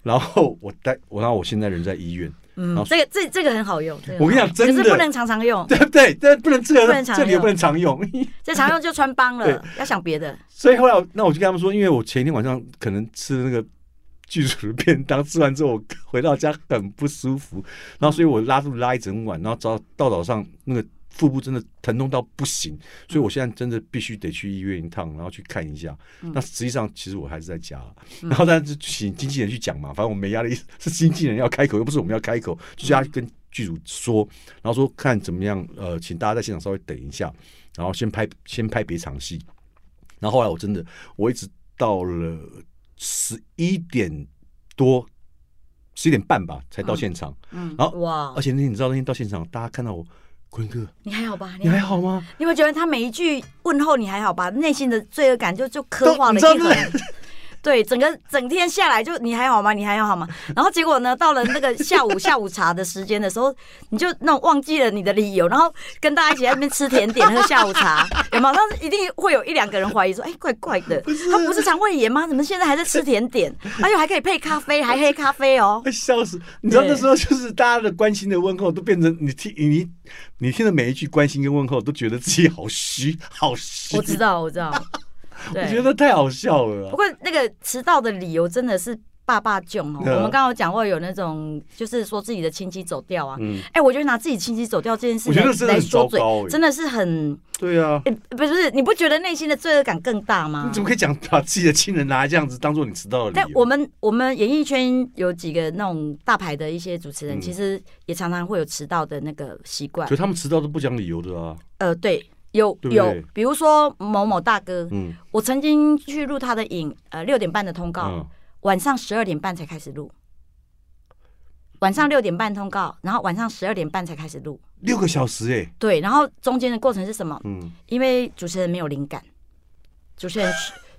S2: 然后我带我，然后我现在人在医院，然
S1: 嗯
S2: 后，
S1: 这个这这个很好用，这个
S2: 我跟你
S1: 很
S2: 讲
S1: 好
S2: 真
S1: 可
S2: 的
S1: 是不能常常用，
S2: 对不对？但不能这
S1: 不
S2: 个
S1: 能常
S2: 这里又
S1: 用
S2: 不能常用，
S1: 这常用就穿帮了，要想别的，
S2: 所以后来我那我就跟他们说，因为我前一天晚上可能吃那个剧组的便当，吃完之后我回到家很不舒服，然后所以我拉肚子拉一整晚，然后早到早上那个腹部真的疼痛到不行，所以我现在真的必须得去医院一趟，然后去看一下。那实际上其实我还是在家，然后但是请经纪人去讲嘛，反正我没压力，是经纪人要开口，又不是我们要开口，就是要跟剧组说，然后说看怎么样，呃，请大家在现场稍微等一下，然后先拍先拍别场戏。然后后来我真的，我一直到了十一点多，十一点半吧才到现场。
S1: 嗯，
S2: 然后
S1: 哇
S2: 而，且那天你知道，那天到现场，大家看到我，坤哥，
S1: 你还好吧？
S2: 你还？好吗？
S1: 你有没有觉得他每一句问候你还好吧？内心的罪恶感就就刻画了
S2: 你
S1: 一
S2: 知道
S1: 痕。 对，整个整天下来就你还好吗？你还好 吗？然后结果呢，到了那个下午下午茶的时间的时候，你就那种忘记了你的理由，然后跟大家一起在那边吃甜点喝下午 茶，有马上一定会有一两个人怀疑说，哎，怪怪的，他不是肠胃炎吗？怎么现在还在吃甜 点？哎呦，还可以配咖啡，还黑咖啡哦。
S2: 会笑死！你知道
S1: 对
S2: 那时候就是大家的关心的问候，都变成你听你你听的每一句关心跟问候，都觉得自己好虚，好虚。
S1: 我知道，我知 道。
S2: 我
S1: 对，
S2: 觉得太好笑了
S1: 不
S2: 啊。
S1: 过那个迟到的理由真的是爸爸囧哦。我
S2: 嗯
S1: 们刚刚有讲过有那种就是说自己的亲戚走掉啊，
S2: 嗯，
S1: 哎，我觉得拿自己亲戚走掉这件事
S2: 我觉得真
S1: 来
S2: 的
S1: 来
S2: 很
S1: 说
S2: 糟
S1: 嘴
S2: 糕，哎
S1: 真的是很
S2: 对啊，
S1: 哎不是不是，你不觉得内心的罪恶感更大吗
S2: 你？怎么可以讲把自己的亲人拿来这样子当做你迟到的
S1: 啊但
S2: 理由？
S1: 我们我们演艺圈有几个那种大牌的一些主持人，
S2: 嗯
S1: 其实也常常会有迟到的那个习惯
S2: 可。他们迟到都不讲理由的啊。
S1: 呃，对，有
S2: 对不
S1: 有
S2: 对，
S1: 比如说某某大哥，
S2: 嗯
S1: 我曾经去录他的影，呃，六点半的通告，
S2: 嗯，
S1: 晚上十二点半才开始录，晚上六点半通告，然后晚上十二点半才开始录。
S2: 六个小时哎，
S1: 对，然后中间的过程是什么？
S2: 嗯，
S1: 因为主持人没有灵感，主持人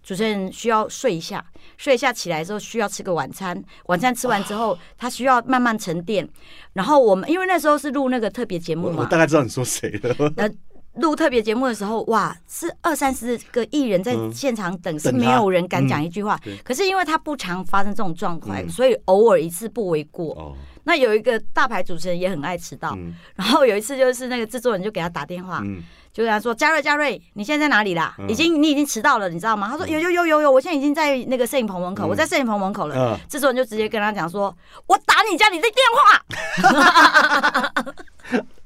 S1: 主持人需要睡一下，睡一下起来之后需要吃个晚餐，晚餐吃完之后他需要慢慢沉淀。然后我们因为那时候是录那个特别节目
S2: 我我
S1: 嘛
S2: 大，概知道你说谁了。
S1: 录特别节目的时候，哇，是二三十个艺人在
S2: 嗯
S1: 现场等，是
S2: 等
S1: 没
S2: 他嗯
S1: 有人敢讲一句话。
S2: 对
S1: 可是因为他不常发生这种状况，
S2: 嗯
S1: 所以偶尔一次不为过。
S2: 哦，
S1: 那有一个大牌主持人也很爱迟到，
S2: 嗯
S1: 然后有一次就是那个制作人就给他打电话，
S2: 嗯，
S1: 就跟他说：“嘉瑞，嘉瑞，你现在在哪里啦？
S2: 嗯
S1: 已经你已经迟到了，你知道吗？”他说：“有有有有有，我现在已经在那个摄影棚门口，
S2: 嗯
S1: 我在摄影棚门口了。
S2: 嗯
S1: 制作人就直接跟他讲说：“我打你家里的电话。
S2: 嗯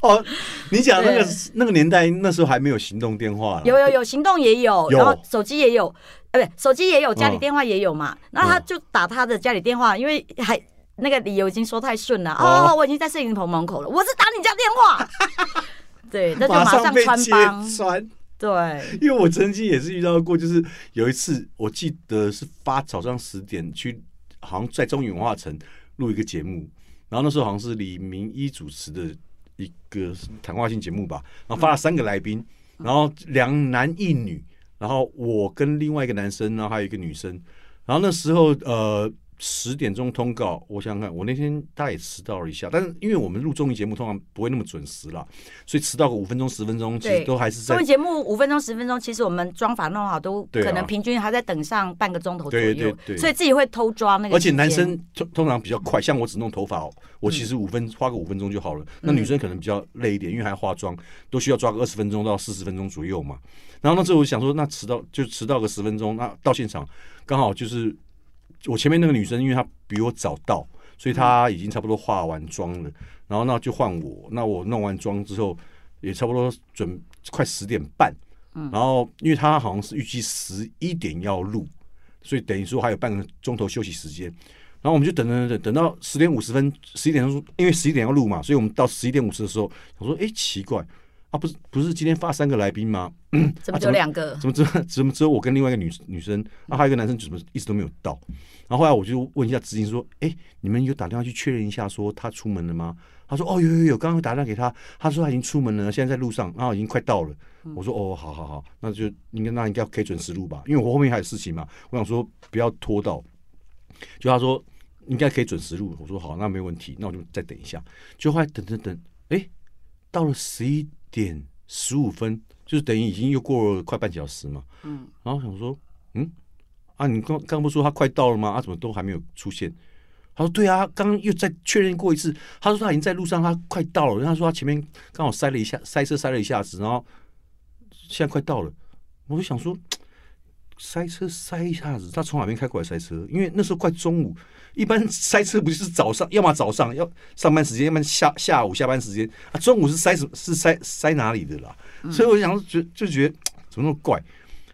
S2: 哦，你讲那个
S1: 对
S2: 那个年代，那时候还没有行动电话了。
S1: 有有有，行动也有，
S2: 有
S1: 然后手机也有，呃，不，手机也有，家里
S2: 嗯
S1: 电话也有嘛。那他就打他的家里电话，因为还。那个理由已经说太顺了
S2: 哦
S1: 哦，我已经在摄影棚门口了，我是打你家电话，对，那就马
S2: 上
S1: 上
S2: 被
S1: 穿
S2: 揭
S1: 帮，
S2: 穿，
S1: 对，
S2: 因为我曾经也是遇到过，就是有一次我记得是发早上十点去，好像在中原文化城录一个节目，然后那时候好像是李明一主持的一个谈话性节目吧，然后发了三个来宾，
S1: 嗯
S2: 然后两男一女，然后我跟另外一个男生，然后还有一个女生，然后那时候呃十点钟通告，我想想看，我那天大概也迟到了一下，但是因为我们录综艺节目通常不会那么准时啦，所以迟到个五分钟十分钟，其实
S1: 对
S2: 都还是在
S1: 综艺节目五分钟十分钟，其实我们妆法弄好都
S2: 对啊
S1: 可能平均还在等上半个钟头左右，
S2: 对对对
S1: 所以自己会偷抓那个
S2: 而
S1: 时
S2: 且
S1: 间。
S2: 男生通通常比较快，像我只弄头发哦，我其
S1: 嗯
S2: 实五分、花个五分钟就好了。那女生可能比较累一点，因为还要化妆，都需要抓个二十分钟到四十分钟左右嘛。然后那时候我想说，那迟到就迟到个十分钟，那到现场刚好就是我前面那个女生，因为她比我早到，所以她已经差不多化完妆了。然后那就换我，那我弄完妆之后也差不多准快十点半。
S1: 嗯
S2: 然后，因为她好像是预计十一点要录，所以等于说还有半个钟头休息时间。然后我们就等等等等到十点五十分，十一点钟，因为十一点要录嘛，所以我们到十一点五十的时候，我说：“哎，奇怪啊，不是不是今天发三个来宾吗？
S1: 怎么只有两个？
S2: 啊怎么只怎么只有我跟另外一个女女生，啊，还有一个男生怎么一直都没有到？”然后后来我就问一下执行说：“哎，你们有打电话去确认一下，说他出门了吗？”他说：“哦，有有有，刚刚打电话给他，他说他已经出门了，现在在路上，然后已经快到了。”我说：“哦，好好好，那就应该那应该可以准时录吧，因为我后面还有事情嘛，我想说不要拖到。”就他说应该可以准时录，我说好，那没问题，那我就再等一下。就后来等等等，哎，到了十一点十五分，就是等于已经又过了快半小时嘛。嗯，然后想说，嗯，啊，你刚刚不是说他快到了吗？啊，怎么都还没有出现？他说：“对啊，刚刚又再确认过一次。他说他已经在路上，他快到了。然后他说他前面刚好塞了一下，塞车塞了一下子，然后现在快到了。我就想说，塞车塞一下子，他从哪边开过来塞车？因为那时候快中午，一般塞车不是早上，要么早上要上班时间，要么下下午下班时间啊。中午是塞什是塞塞哪里的啦？嗯所以我就想说觉就觉得怎么那么怪，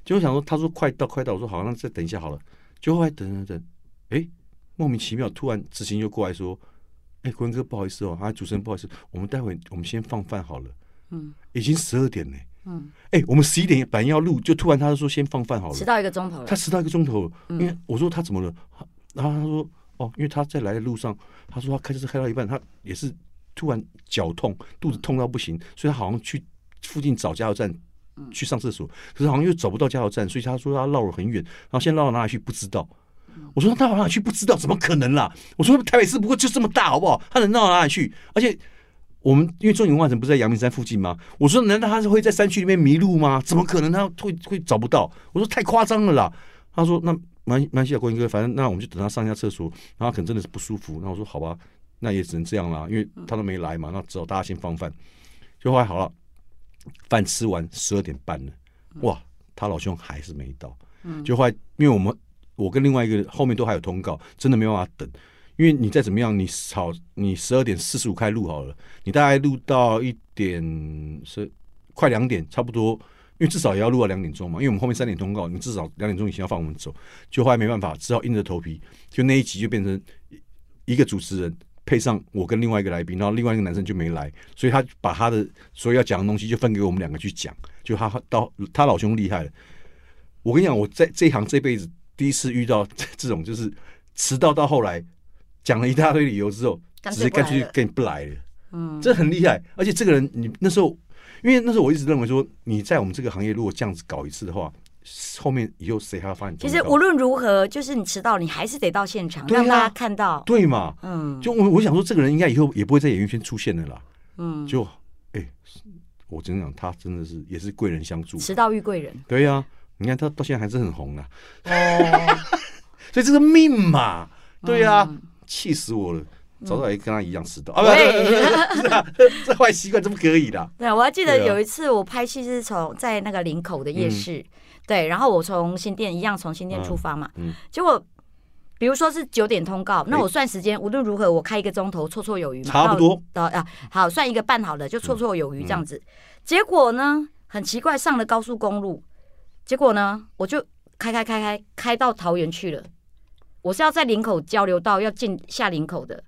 S2: 结果想说他说快到快到，我说好，那再等一下好了。就后来等等等，哎，莫名其妙突然执行就过来说，哎，国文哥不好意思哦，啊主持人不好意思，我们待会我们先放饭好了。嗯，已经十二点了。嗯，哎，我们十一点本来要录，就突然他就说先放饭好了
S1: 迟。到一个钟头了
S2: 他。迟到一个钟头了，因为我说他怎么了，他然后他说哦，因为他在来的路上，他说他开车开到一半，他也是突然脚痛，肚子痛到不行，所以他好像去附近找加油站去上厕所，可是好像又找不到加油站，所以他说他绕了很远，然后现在绕到哪里去不知道。我说他绕到哪里去不知道，怎么可能啦？我说台北市不过就这么大，好不好？他能绕到哪里去？而且我们因为中影文化城不是在阳明山附近吗？我说难道他是会在山区里面迷路吗？怎么可能他会会找不到？我说太夸张了啦！他说那蛮蛮系啊，国英哥，反正那我们就等他上一下厕所，然后可能真的是不舒服。那我说好吧，那也只能这样啦，因为他都没来嘛，那只好大家先放饭。就后来好了，饭吃完十二点半了，哇，他老兄还是没到。就后来因为我们我跟另外一个后面都还有通告，真的没办法等。因为你再怎么样，你好，你十二点四十五开录好了，你大概录到一点是快两点，差不多，因为至少也要录到两点钟嘛，因为我们后面三点通告，你至少两点钟以前要放我们走，就后来没办法，只好硬着头皮，就那一集就变成一个主持人配上我跟另外一个来宾，然后另外一个男生就没来，所以他把他的所有要讲的东西就分给我们两个去讲，就他到他老兄厉害了，我跟你讲，我在这一行这辈子第一次遇到这种就是迟到到后来讲了一大堆理由之后，
S1: 干
S2: 直
S1: 脆
S2: 接干
S1: 不来
S2: 脆
S1: 了
S2: 跟你不来了。嗯，这很厉害，而且这个人你那时候，因为那时候我一直认为说你在我们这个行业如果这样子搞一次的话，后面以后谁还要发你
S1: 其
S2: 通告？
S1: 实无论如何，就是你迟到，你还是得到现场，
S2: 对啊
S1: 让大家看到。
S2: 对嘛，
S1: 嗯，
S2: 就我我想说这个人应该以后也不会在演艺圈出现的啦。
S1: 嗯，
S2: 就哎、我真的讲他真的是也是贵人相助，
S1: 迟到遇贵人。
S2: 对呀、你看他到现在还是很红啊。
S1: 哦
S2: 所以这是命嘛，
S1: 嗯
S2: 对呀、气死我了！早知道也跟他一样迟到、
S1: 嗯
S2: 啊，不不不不不是啊， 这坏习惯怎么可以的？
S1: 对，我还记得
S2: 对啊嗯
S1: 有一次我拍戏是从在那个林口的夜市，对，然后我从新店一样从新店出发嘛，
S2: 嗯嗯哎
S1: 结果比如说是九点通告，那我算时间，无论如何我开一个钟头绰绰有余嘛，
S2: 差不多嗯
S1: 到啊，好算一个半好了，就绰绰有余这样子。结果呢，很奇怪，上了高速公路，结果呢，我就开开开开开到桃园去了。我是要在林口交流道要进下林口的，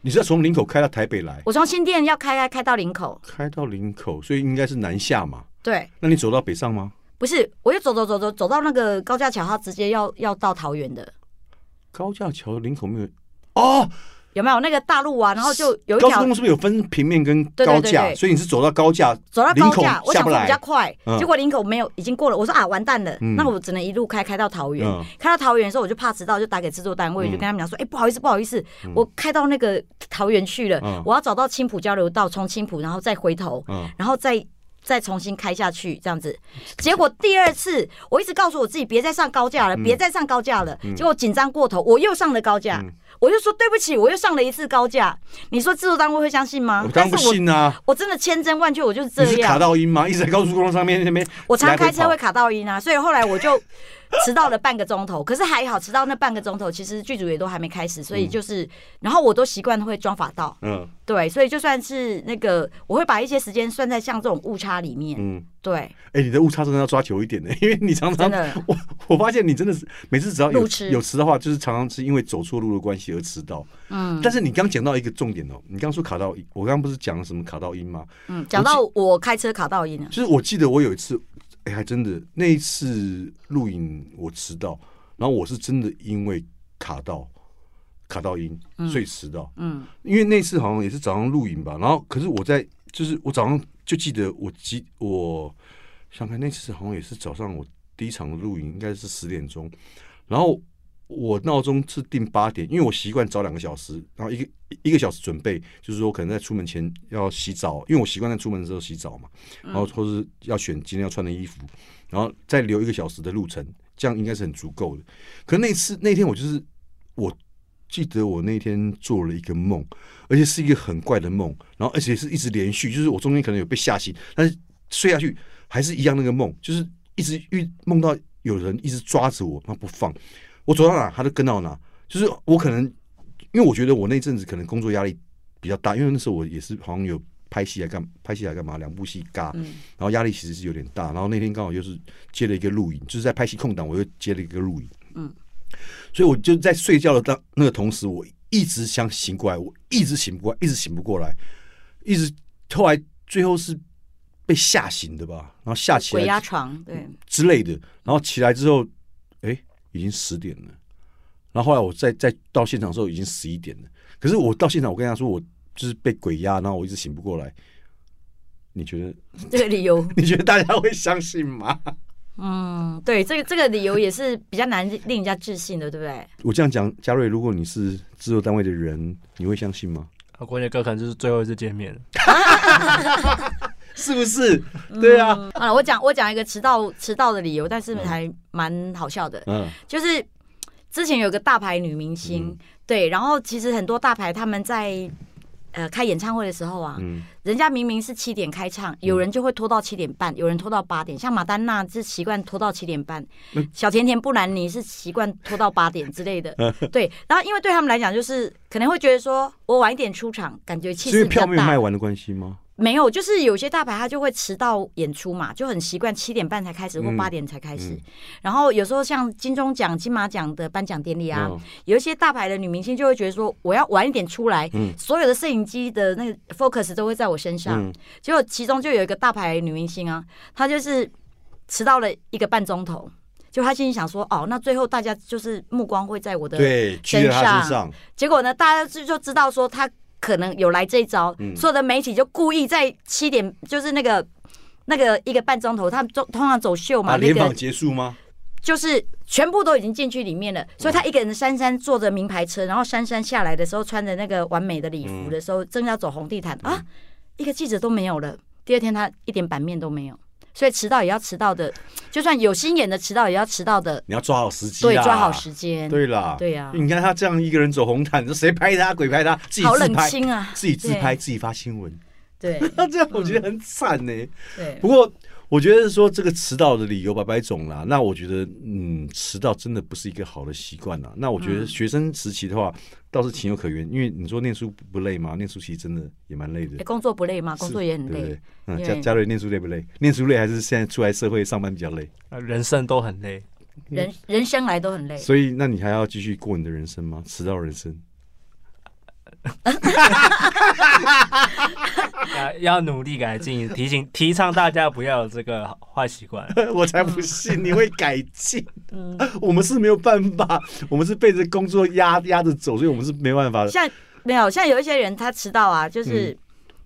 S2: 你是要从林口开到台北来，
S1: 我从新店要开开开到林口，
S2: 开到林口，所以应该是南下嘛？
S1: 对，
S2: 那你走到北上吗？
S1: 不是，我就走走走走走到那个高架桥，它直接要要到桃园的。
S2: 高架桥林口没有哦，
S1: 有没有那个大路啊？然后就有一
S2: 高速
S1: 条
S2: 公路是不是有分平面跟
S1: 对对
S2: 高
S1: 对
S2: 架？
S1: 对
S2: 所以你是走到高架，嗯
S1: 走到
S2: 林
S1: 高
S2: 口
S1: 架，我
S2: 下
S1: 想
S2: 不
S1: 说比
S2: 来
S1: 较。快
S2: 嗯，
S1: 结果林口没有，已经过了。我说啊，完蛋了
S2: 嗯，
S1: 那我只能一路开开到桃园
S2: 嗯。
S1: 开到桃园的时候，我就怕迟到，就打给制作单位，
S2: 嗯
S1: 就跟他们讲说，哎，不好意思，不好意思，我开到那个桃园去
S2: 嗯
S1: 了，我要找到青浦交流道，从青浦然后再回头，
S2: 嗯，
S1: 然后再。再重新开下去，这样子，结果第二次我一直告诉我自己别再上高架了，
S2: 嗯
S1: 别再上高架了。结果紧张过头，我又上了高
S2: 嗯
S1: 架，我就说对不起，我又上了一次高架。你说制作单位会相信吗
S2: 我？当
S1: 但
S2: 然
S1: 是
S2: 不
S1: 我
S2: 信啊！
S1: 我真的千真万确，我就是这
S2: 你是卡
S1: 样。
S2: 到音吗？一直在高速公路上面那边，
S1: 我常开车
S2: 来
S1: 会
S2: 回
S1: 卡到音啊，所以后来我就迟到了半个钟头。可是还好，迟到那半个钟头，其实剧组也都还没开始，所
S2: 嗯
S1: 以就是，然后我都习惯会装法道，
S2: 跑。嗯
S1: 对，所以就算是那个，我会把一些时间算在像这种误差里面，
S2: 嗯，
S1: 对，
S2: 哎、你的误差真的要抓久一点呢、 因为你常
S1: 真
S2: 常
S1: 的
S2: 啊我我发现你真的是每次只要有
S1: 路痴
S2: 有迟的话，就是常常是因为走错路的关系而迟到。嗯，但是你刚讲到一个重点哦，你刚说卡到音，我刚刚不是讲什么卡到音吗？
S1: 嗯，讲到我开车卡到音了，
S2: 就是我记得我有一次，哎、还真的那一次录影我迟到，然后我是真的因为卡到卡到音，所以迟到。
S1: 嗯
S2: 因为那次好像也是早上录影吧，然后可是我在就是我早上就记得我记我想看那次好像也是早上我第一场录影应该是十点钟，然后我闹钟是定八点，因为我习惯早两个小时，然后一个一个小时准备，就是说可能在出门前要洗澡，因为我习惯在出门的时候洗澡嘛，然后或是要选今天要穿的衣服，然后再留一个小时的路程，这样应该是很足够的。可那次那天我就是我记得我那天做了一个梦，而且是一个很怪的梦，然后而且是一直连续，就是我中间可能有被吓醒，但是睡下去还是一样那个梦，就是一直遇梦到有人一直抓着我，他不放，我走到哪他就跟到哪，就是我可能因为我觉得我那阵子可能工作压力比较大，因为那时候我也是好像有拍戏来啊干拍戏来干嘛，两部戏嘎，
S1: 嗯
S2: 然后压力其实是有点大，然后那天刚好又是接了一个录影，就是在拍戏空档我又接了一个录影，
S1: 嗯，
S2: 所以我就在睡觉的当那个同时，我一直想醒过来，我一直醒不过来，一直醒不过来，一直后来最后是被吓醒的吧，然后吓起
S1: 鬼压
S2: 来
S1: 床，对，
S2: 之类的，然后起来之后，哎，已经十点了，然后后来我再再到现场的时候已经十一点了，可是我到现场我跟他说我就是被鬼压，然后我一直醒不过来，你觉得？
S1: 这个理由，
S2: 你觉得大家会相信吗？
S1: 嗯，对，这个这个理由也是比较难令人家置信的，对不对？
S2: 我这样讲，嘉瑞，如果你是制作单位的人，你会相信吗？
S3: 啊国杰哥可能就是最后一次见面了，
S2: 是不是？对啊，
S1: 啊，我讲我讲一个迟到迟到的理由，但是还蛮好笑的，
S2: 嗯
S1: 就是之前有个大牌女明星，
S2: 嗯
S1: 对，然后其实很多大牌他们在呃开演唱会的时候啊，
S2: 嗯
S1: 人家明明是七点开唱，有人就会拖到七点半，有人拖到八点，像马丹娜是习惯拖到七点半，
S2: 嗯
S1: 小甜甜布兰妮是习惯拖到八点之类 的，对，然后因为对他们来讲，就是可能会觉得说我晚一点出场，感觉气
S2: 是因为
S1: 势比
S2: 票
S1: 较
S2: 没有卖
S1: 大。
S2: 完的关系吗？
S1: 没有，就是有些大牌他就会迟到演出嘛，就很习惯七点半才开始或
S2: 嗯
S1: 八点才开始。
S2: 嗯
S1: 然后有时候像金钟奖、金马奖的颁奖典礼啊，
S2: 嗯
S1: 有一些大牌的女明星就会觉得说，我要晚一点出来，
S2: 嗯
S1: 所有的摄影机的那个 focus 都会在我身上。
S2: 嗯
S1: 结果其中就有一个大牌女明星啊，她就是迟到了一个半钟头，就她心里想说，哦，那最后大家就是目光会在我的
S2: 对，去在他身上，
S1: 结果呢，大家就就知道说他可能有来这一招，
S2: 嗯
S1: 所有的媒体就故意在七点，就是那个那个一个半钟头，他们就通常走秀嘛，
S2: 把
S1: 那
S2: 联访
S1: 个
S2: 结束吗？
S1: 就是全部都已经进去里
S2: 嗯
S1: 面了，所以他一个人姗姗坐着名牌车，然后姗姗下来的时候穿着那个完美的礼服的时候，正要走红地毯
S2: 嗯
S1: 啊，一个记者都没有了，第二天他一点版面都没有。所以迟到也要迟到的，就算有心眼的迟到也要迟到的，
S2: 你要抓好时机，
S1: 对，抓好时。间，
S2: 对啦，
S1: 对啊
S2: 你看他这样一个人走红毯，这谁拍他？鬼拍他？自己
S1: 好
S2: 自
S1: 冷
S2: 拍，
S1: 清啊，
S2: 自己自拍，自己发新闻。
S1: 对
S2: 那这样我觉得很惨呢。
S1: 对
S2: 不过我觉得说这个迟到的理由百百种啦。那我觉得，嗯，迟到真的不是一个好的习惯啦。那我觉
S1: 嗯
S2: 得学生时期的话，倒是情有可原，因为你说念书不不累吗？念书其实真的也蛮累的
S1: 欸，工作不累吗？工
S2: 是
S1: 作也很
S2: 对不
S1: 累
S2: 对。嗯，
S1: 因
S2: 嘉
S1: 为
S2: 嘉瑞念书累不累？念书累还是现在出来社会上班比较累？
S3: 啊人生都很累。
S1: 人人生来都很累。
S2: 所以，那你还要继续过你的人生吗？迟到人生？
S3: 要要努力改进，提醒提倡大家不要有这个坏习惯。
S2: 我才不信你会改进。
S1: 嗯，
S2: 我们是没有办法，我们是被这工作压压着走，所以我们是没办法的。
S1: 像没有，像有一些人他迟到啊，
S2: 嗯
S1: 就是、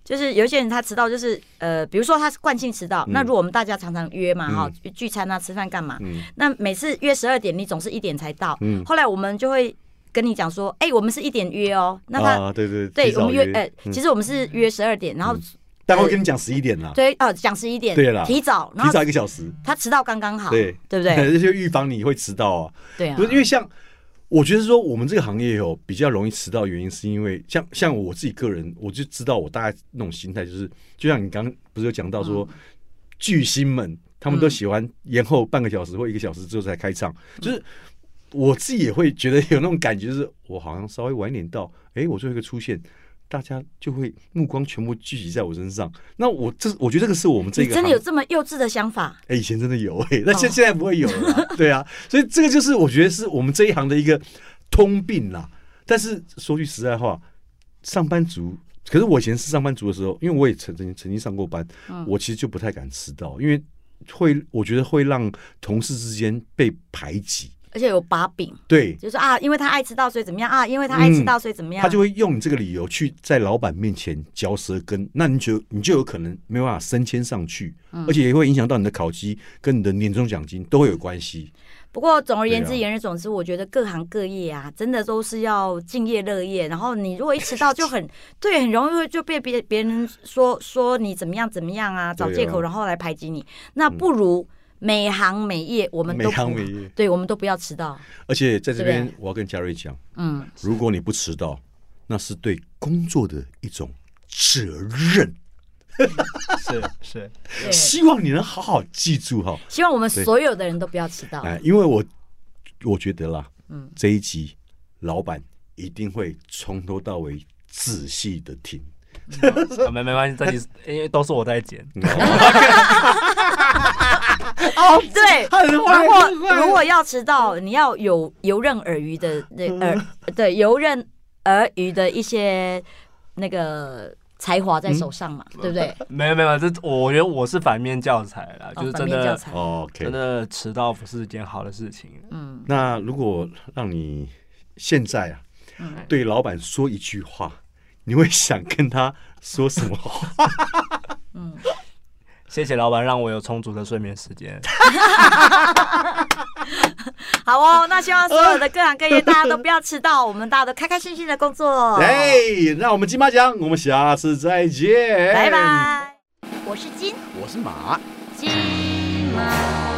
S1: 就是有一些人他迟到就是呃，比如说他是惯性迟到，那如果我们大家常常约嘛哈、聚餐啊、吃饭干嘛，
S2: 嗯
S1: 那每次约十二点，你总是一点才到，
S2: 嗯
S1: 后来我们就会跟你讲说，哎、我们是一点约哦，那他。
S2: 啊，对对
S1: 对
S2: 提，
S1: 我
S2: 早
S1: 们约，呃，
S2: 嗯
S1: 其实我们是约十二点，然后
S2: 但会跟你讲十一点啦，
S1: 对，哦，讲十一点，
S2: 对啦
S1: 提早，然
S2: 提
S1: 后
S2: 早一个小时，
S1: 他迟到刚刚好，
S2: 对
S1: 对不 对？
S2: 这就预防你会迟到啊。
S1: 对啊
S2: 不，是因为像，我觉得说我们这个行业哦比较容易迟到，原因是因为像像我自己个人，我就知道我大概那种心态就是，就像你刚刚不是有讲到说，
S1: 嗯
S2: 巨星们他们都喜欢延后半个小时或一个小时之后才开唱，
S1: 嗯
S2: 就是。我自己也会觉得有那种感觉，就是我好像稍微晚一点到，诶，我最后一个出现，大家就会目光全部聚集在我身上。那我这，我觉得这个是我们这
S1: 你
S2: 个
S1: 真的
S2: 行
S1: 有这么幼稚的想法？
S2: 哎、以前真的有哎、那现
S1: 哦
S2: 现在不会有了啦、对啊，所以这个就是我觉得是我们这一行的一个通病啦。但是说句实在话，上班族，可是我以前是上班族的时候，因为我也曾曾曾经上过班，
S1: 嗯
S2: 我其实就不太敢迟到，因为会我觉得会让同事之间被排挤，
S1: 而且有把柄，
S2: 对
S1: 就是啊，因为他爱迟到，所以怎么样啊？因为他爱迟到，所以怎么样？
S2: 嗯他就会用你这个理由去在老板面前嚼舌根，那你就你就有可能没有办法升迁上去，
S1: 嗯
S2: 而且也会影响到你的考绩跟你的年终奖金都会有关系。
S1: 不过总而言之，
S2: 对啊
S1: 言而总之，我觉得各行各业啊，真的都是要敬业乐业。然后你如果一迟到，就很 对，很容易会就被别别人说说你怎么样怎么样啊，找
S2: 对啊嗯
S1: 借口然后来排挤你。那不如每行每业，我们
S2: 每
S1: 都
S2: 行
S1: 不
S2: 每业。
S1: 对，我们都不要迟到。
S2: 而且在这边
S1: 对，
S2: 我要跟嘉瑞讲，
S1: 嗯，
S2: 如果你不迟到，那是对工作的一种责任。
S3: 是是，
S1: 对，
S2: 希望你能好好记住哈，
S1: 希望我们所有的人都不要迟到。
S2: 哎，因为我我觉得啦，
S1: 嗯
S2: 这一集老板一定会从头到尾仔细的 听。
S3: 啊没没关系，这 里因为都是我在剪，
S1: 哦，对，
S2: 很
S1: 如
S2: 坏
S1: 果
S2: 很坏
S1: 如果要迟到，你要有游刃而余的那耳，对游刃而余的一些那个才华在手上嘛，对不 对？
S3: 没有没有，这我觉得我是反面教材啦，
S1: 哦
S3: 就是
S1: 反
S3: 真
S1: 面教
S3: 的
S1: 材，
S2: 哦 OK，
S3: 真的迟到不是一件好的事情。
S1: 嗯，
S2: 那如果让你现在啊，
S1: 嗯
S2: 对老板说一句话，你会想跟他说什么话？
S3: 谢谢老板让我有充足的睡眠时间。
S1: 好哦，那希望所有的各行各业大家都不要迟到，我们大家都开开心心的工 作，
S2: 哎，那我们金马奖，我们下次再见，
S1: 拜。拜。我是金
S2: 我是马。
S1: 金马。